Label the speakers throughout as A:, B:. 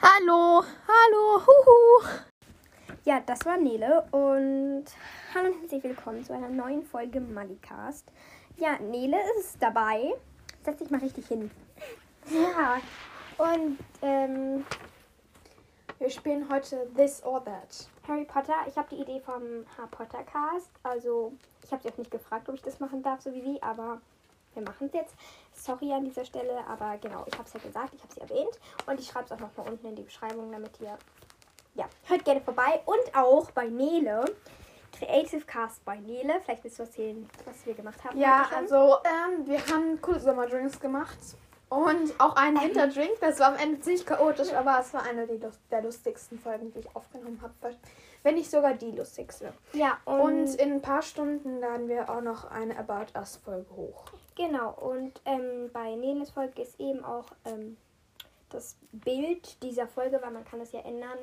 A: Hallo, hallo, huhu.
B: Ja, das war Nele und hallo und herzlich willkommen zu einer neuen Folge Magicast. Ja, Nele ist dabei. Setz dich mal richtig hin. Ja, und ähm,
C: Wir spielen heute This or That.
B: Harry Potter, ich habe die Idee vom Harry Potter Cast. Also, ich habe sie auch nicht gefragt, ob ich das machen darf, so wie sie, aber wir machen es jetzt. Sorry an dieser Stelle, aber genau, ich habe es ja gesagt, ich habe sie erwähnt und ich schreibe es auch nochmal unten in die Beschreibung, damit ihr. Ja, hört gerne vorbei und auch bei Nele. Creative Cast bei Nele. Vielleicht willst du erzählen, was wir gemacht haben.
C: Ja,
B: heute schon.
C: also ähm, wir haben coole Sommerdrinks gemacht und auch einen Winterdrink. Das war am Ende ziemlich chaotisch, aber es war eine die lus- der lustigsten Folgen, die ich aufgenommen habe. Wenn nicht sogar die lustigste.
B: Ja, und,
C: Und in ein paar Stunden laden wir auch noch eine About Us-Folge hoch.
B: genau. Und ähm, bei Neles Folge ist eben auch ähm, das Bild dieser Folge, weil man kann das ja ändern,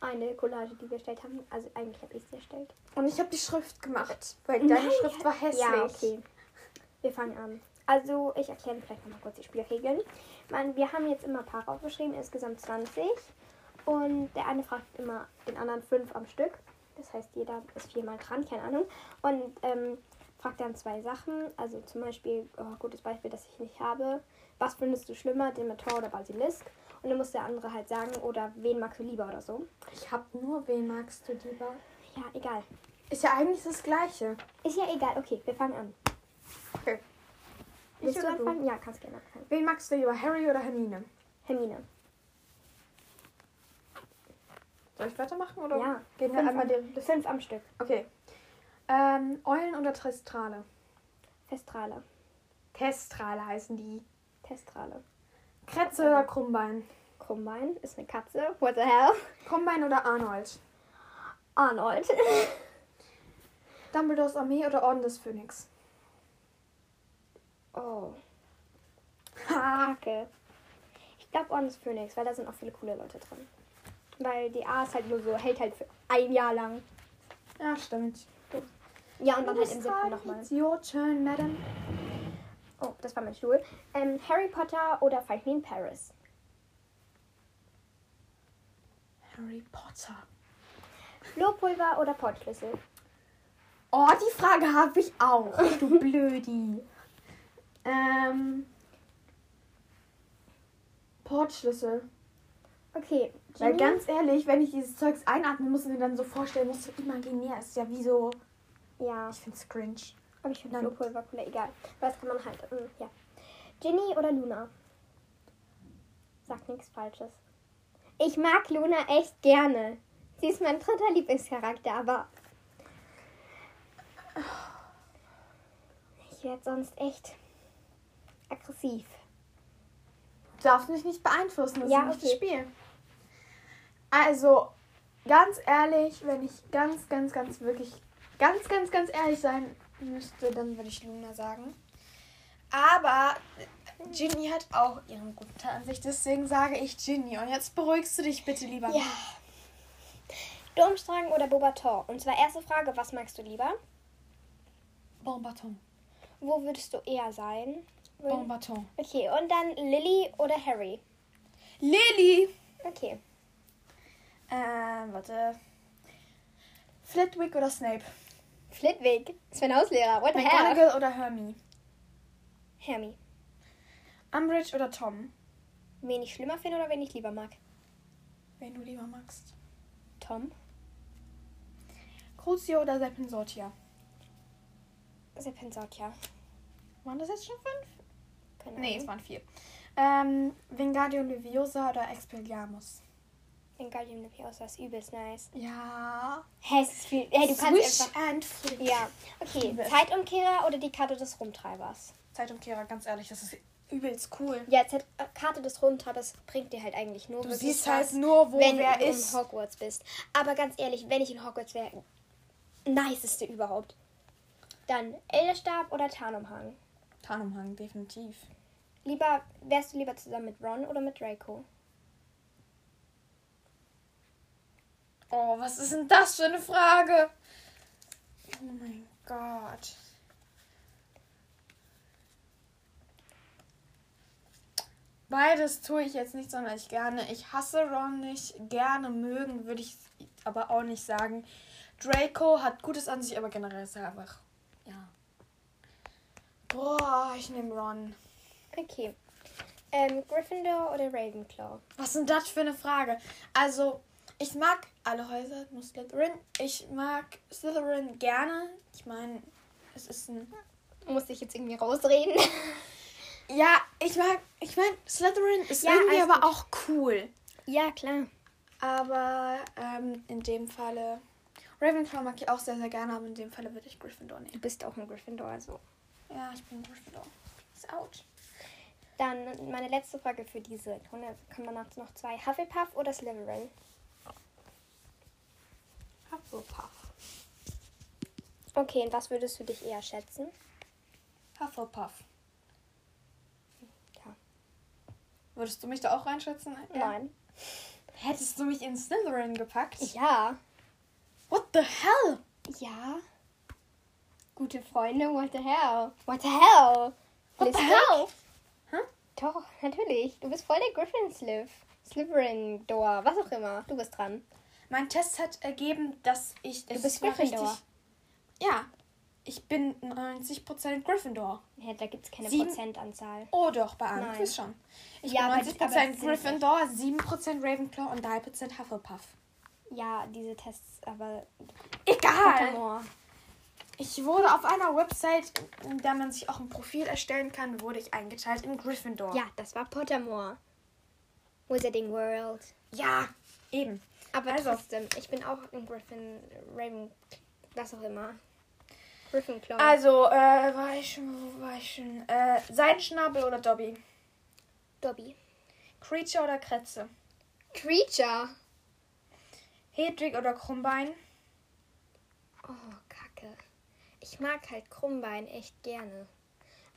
B: eine Collage, die wir erstellt haben. Also eigentlich habe ich sie erstellt.
C: Und ich habe die Schrift gemacht, weil deine Schrift war hässlich.
B: Ja, okay. Wir fangen an. Also, ich erkläre vielleicht nochmal kurz die Spielregeln. Man, wir haben jetzt immer Paare aufgeschrieben, insgesamt 20. Und der eine fragt immer den anderen fünf am Stück. Das heißt, jeder ist viermal dran, keine Ahnung. Und ähm, fragt dann zwei Sachen. Also zum Beispiel, oh, gutes Beispiel, das ich nicht habe. Was findest du schlimmer, Demeter oder Basilisk? Und dann muss der andere halt sagen, oder wen magst du lieber oder so.
C: Ich habe nur, wen magst du lieber?
B: Ja, egal.
C: Ist ja eigentlich das Gleiche.
B: Ist ja egal. Okay, wir fangen an.
C: Okay.
B: Willst
C: Ich
B: du
C: oder du?
B: anfangen? Ja, kannst gerne anfangen.
C: Wen magst du lieber, Harry oder Hermine?
B: Hermine.
C: Soll ich weitermachen oder
B: Ja,
C: gehen wir
B: fünf
C: einmal
B: am-
C: den.
B: Fünf am Stück.
C: Okay. Ähm, Eulen oder Testrale?
B: Festrale.
C: Testrale heißen die.
B: Testrale.
C: Kretze oder Krummbein?
B: Krummbein ist eine Katze. What the hell?
C: Krummbein oder Arnold?
B: Arnold.
C: Dumbledores Armee oder Orden des Phönix?
B: oh, Kacke. Ich glaube Orden des Phönix, weil da sind auch viele coole Leute drin. Weil die A ist halt nur so, hält halt für ein Jahr lang.
C: Ja, stimmt.
B: Ja, und dann halt im siebten nochmal.
C: It's your turn, madam.
B: Oh, das war mein Stuhl. Ähm, Harry Potter oder Find Me in Paris?
C: Harry Potter.
B: Flohpulver oder Portschlüssel?
C: Oh, die Frage habe ich auch. Du Blödi. ähm. Portschlüssel. Hm?
B: Okay.
C: Weil
B: Ginny?
C: ganz ehrlich, wenn ich dieses Zeugs einatmen muss und mir dann so vorstellen muss, so imaginär ist ja wie so.
B: Ja.
C: Ich find's cringe.
B: Aber ich finde
C: Nein.
B: Flohpulver cooler, egal. Weil das kann man halt, ähm, ja. Ginny oder Luna? Sag nichts Falsches. Ich mag Luna echt gerne. Sie ist mein dritter Lieblingscharakter, aber. Ich werde sonst echt aggressiv.
C: Du darfst mich nicht beeinflussen, das
B: Ja,
C: ist nicht
B: okay.
C: das Spiel. Also, ganz ehrlich, wenn ich ganz, ganz, ganz, wirklich ganz, ganz, ganz ehrlich sein müsste, dann würde ich Luna sagen. Aber Ginny hat auch ihren guten Teil an sich, deswegen sage ich Ginny. Und jetzt beruhigst du dich bitte lieber.
B: Ja. Durmstrang oder Bobaton? Und zwar erste Frage, was magst du lieber?
C: Bonbaton,
B: Wo würdest du eher sein?
C: Bonbaton.
B: Okay, und dann Lily oder Harry?
C: Lily!
B: Okay.
C: Ähm, warte. Flitwick oder Snape?
B: Flitwick. Sven Hauslehrer. What the hell?
C: McGonagall oder Hermie?
B: Hermi.
C: Umbridge oder Tom?
B: Wen ich schlimmer finde oder wen ich lieber mag?
C: Wen du lieber magst.
B: Tom.
C: Crucio oder Serpensortia?
B: Serpensortia.
C: Waren das jetzt schon fünf?
B: Keine
C: Nee, es
B: Ahnung.
C: waren vier. Ähm, Wingardium Leviosa oder Expelliarmus?
B: Wingardium Leviosa ist übelst nice.
C: Ja.
B: Hä, es ist viel. Hey, du kannst
C: Swish
B: einfach.
C: and flick.
B: Ja. Okay,
C: Liebe.
B: Zeitumkehrer oder die Karte des Rumtreibers?
C: Zeitumkehrer, ganz ehrlich, das ist übelst cool.
B: Ja, Zeit äh, Karte des Rumtreibers bringt dir halt eigentlich nur
C: Du
B: wirklich
C: siehst
B: was,
C: halt nur, wo
B: wenn
C: wer
B: du
C: ist.
B: in Hogwarts bist. Aber ganz ehrlich, wenn ich in Hogwarts wäre, niceste überhaupt. Dann Elderstab oder Tarnumhang?
C: Tarnumhang, definitiv.
B: Lieber, wärst du lieber zusammen mit Ron oder mit Draco?
C: Oh, was ist denn das für eine Frage? Oh mein Gott. Beides tue ich jetzt nicht sonderlich gerne. Ich hasse Ron nicht. Gerne mögen würde ich aber auch nicht sagen. Draco hat Gutes an sich, aber generell ist er einfach. Ja. Boah, ich nehme Ron.
B: Okay. Ähm, Gryffindor oder Ravenclaw?
C: Was ist denn das für eine Frage? Also, ich mag alle Häuser, nur Slytherin. Ich mag Slytherin gerne. Ich meine, es ist ein.
B: Muss ich jetzt irgendwie rausreden?
C: Ja, ich mag. Ich meine, Slytherin ist
B: Ja,
C: irgendwie
B: alles
C: aber auch cool.
B: ja, klar.
C: Aber ähm, in dem Falle. Ravenclaw mag ich auch sehr, sehr gerne, aber in dem Falle würde ich Gryffindor
B: Du
C: nehmen.
B: bist auch ein Gryffindor, also.
C: Ja, ich bin Gryffindor. Ist out.
B: Dann meine letzte Frage für diese Runde. Kann man noch noch zwei? Hufflepuff oder Slytherin?
C: Hufflepuff.
B: Okay, und was würdest du dich eher schätzen?
C: Hufflepuff.
B: Ja.
C: Würdest du mich da auch reinschätzen?
B: Nein.
C: Hättest du mich in Slytherin gepackt?
B: Ja.
C: What the hell?
B: Ja. Gute Freunde, what the hell? What the hell?
C: What the
B: Liz-
C: hell?
B: Doch, natürlich. Du bist voll der Griffin-Sliv. Slytherin, Dor, was auch immer. Du bist dran.
C: Mein Test hat ergeben, dass ich. es
B: bist
C: ist mal
B: Gryffindor.
C: Ja. Ich bin 90% Gryffindor.
B: Hä, da gibt es keine
C: Sieben-
B: Prozentanzahl.
C: Oh doch, bei einem
B: Nein.
C: Quiz schon. Ich
B: Ja, aber-
C: bin 90%
B: aber-
C: Gryffindor, 7% Ravenclaw und 3% Hufflepuff.
B: Ja, diese Tests, aber.
C: Egal!
B: Pottermore.
C: Ich wurde auf einer Website, in der man sich auch ein Profil erstellen kann, wurde ich eingeteilt in Gryffindor.
B: Ja, das war Pottermore. Wizarding World.
C: Ja, eben.
B: Aber
C: Also.
B: trotzdem, ich bin auch ein Griffin, Raven, was auch immer. Gryffindor.
C: Also, äh, war ich schon, wo war ich schon? Äh, Seidenschnabel oder Dobby?
B: Dobby.
C: Creature oder Kretze?
B: Creature.
C: Hedwig oder Krummbein?
B: Oh, kacke. Ich mag halt Krummbein echt gerne.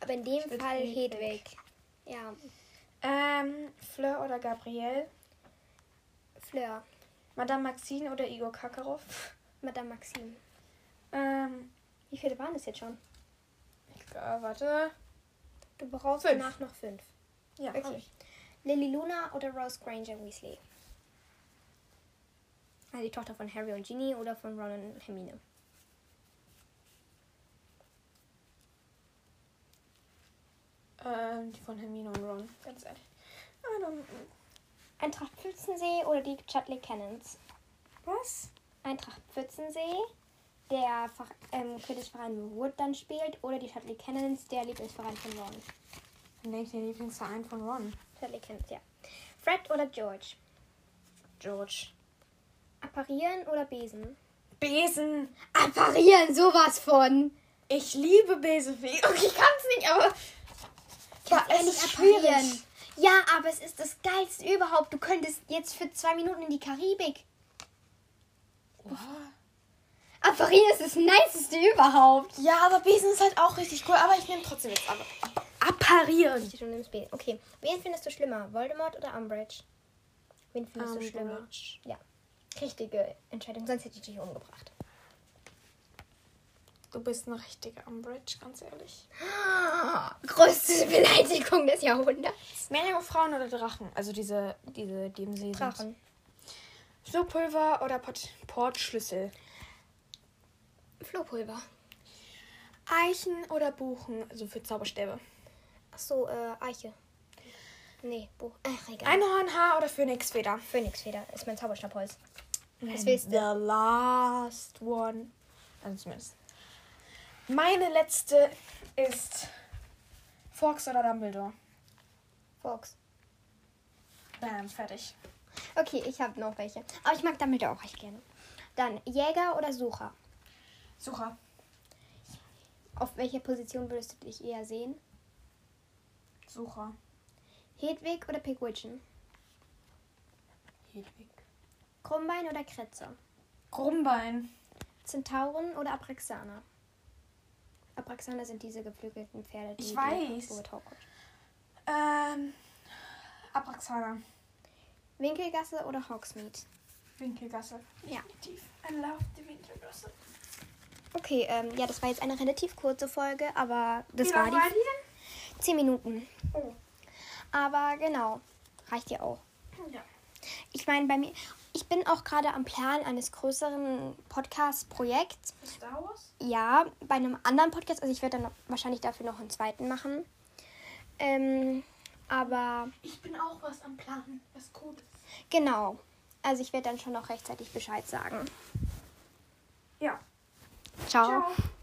B: Aber in dem
C: würd
B: Fall
C: Hedwig.
B: Hedwig. Ja,
C: Ähm, Fleur oder Gabrielle?
B: Fleur.
C: Madame Maxine oder Igor Kakarov?
B: Madame Maxim.
C: Ähm,
B: Wie viele waren es jetzt schon?
C: ich, äh, warte.
B: Du brauchst
C: Fünf.
B: danach noch fünf.
C: Ja,
B: Okay.
C: hab ich.
B: Lily Luna oder Rose Granger Weasley? Also die Tochter von Harry und Ginny oder von Ron und Hermine?
C: Ähm, die von Hermine und Ron, ganz ehrlich. Ah, I don't-
B: Eintracht Pfützensee oder die Chudley Cannons?
C: Was?
B: Eintracht Pfützensee, der Ver ähm, Kreditverein Wood dann spielt, oder die Chudley Cannons, der Lieblingsverein von Ron?
C: Dann denke ich den Lieblingsverein von Ron.
B: Chudley Cannons, ja. Fred oder George?
C: George.
B: Apparieren oder Besen?
C: Besen!
B: Apparieren, sowas von!
C: Ich liebe Besenfee. Okay, ich kann's nicht, aber. Boah, es ist schwierig.
B: Ja, aber es ist das Geilste überhaupt. Du könntest jetzt für zwei Minuten in die Karibik.
C: Boah.
B: Apparieren ist das Niceste überhaupt.
C: Ja, aber Besen ist halt auch richtig cool, aber ich nehme trotzdem jetzt ab. Apparieren.
B: Du nimmst Besen. Okay, wen findest du schlimmer? Voldemort oder Umbridge? Wen findest du schlimmer?
C: Umbridge.
B: Ja, richtige Entscheidung, sonst hätte ich dich umgebracht.
C: Du bist ein richtiger Umbridge, ganz ehrlich.
B: Ah, Größte Beleidigung des Jahrhunderts.
C: Meerjungfrauen oder Drachen? Also diese, diese, die im See sind.
B: Drachen.
C: Flohpulver oder Port Portschlüssel?
B: Flohpulver.
C: Eichen oder Buchen? Also für Zauberstäbe.
B: Achso, äh, Eiche. Nee, Buch. Ach, egal.
C: Einhornhaar oder Phönixfeder?
B: Phönixfeder ist mein Zauberstabholz.
C: Das
B: willst du?
C: The last one. Also zumindest. Meine letzte ist Fox oder Dumbledore.
B: Fox.
C: Bam, fertig.
B: Okay, ich habe noch welche. Aber ich mag damit auch recht gerne. Dann Jäger oder Sucher.
C: Sucher.
B: Auf welcher Position würdest du dich eher sehen?
C: Sucher.
B: Hedwig oder Pigwidgeon?
C: Hedwig.
B: Krummbein oder Kretzer?
C: Krummbein.
B: Zentauren oder Abraxaner? Abraxaner sind diese geflügelten Pferde, die
C: Ich
B: die
C: weiß.
B: Burg Hogwarts-
C: Ähm. Abraxana.
B: Winkelgasse oder Hogsmeade?
C: Winkelgasse.
B: Ja.
C: Definitiv. I love die Winkelgasse.
B: Okay, ähm, ja, das war jetzt eine relativ kurze Folge, aber das
C: Wie
B: war
C: lang
B: die.
C: war die denn?
B: Zehn Minuten.
C: Oh.
B: Aber genau, reicht ja auch.
C: Ja.
B: Ich meine, bei mir, ich bin auch gerade am Plan eines größeren Podcast-Projekts.
C: Star Wars?
B: Ja, bei einem anderen Podcast. Also ich werde dann wahrscheinlich dafür noch einen zweiten machen. Ähm, aber
C: Ich bin auch was am Planen, was gut ist.
B: genau. Also ich werde dann schon noch rechtzeitig Bescheid sagen.
C: Ja.
B: Ciao.
C: Ciao.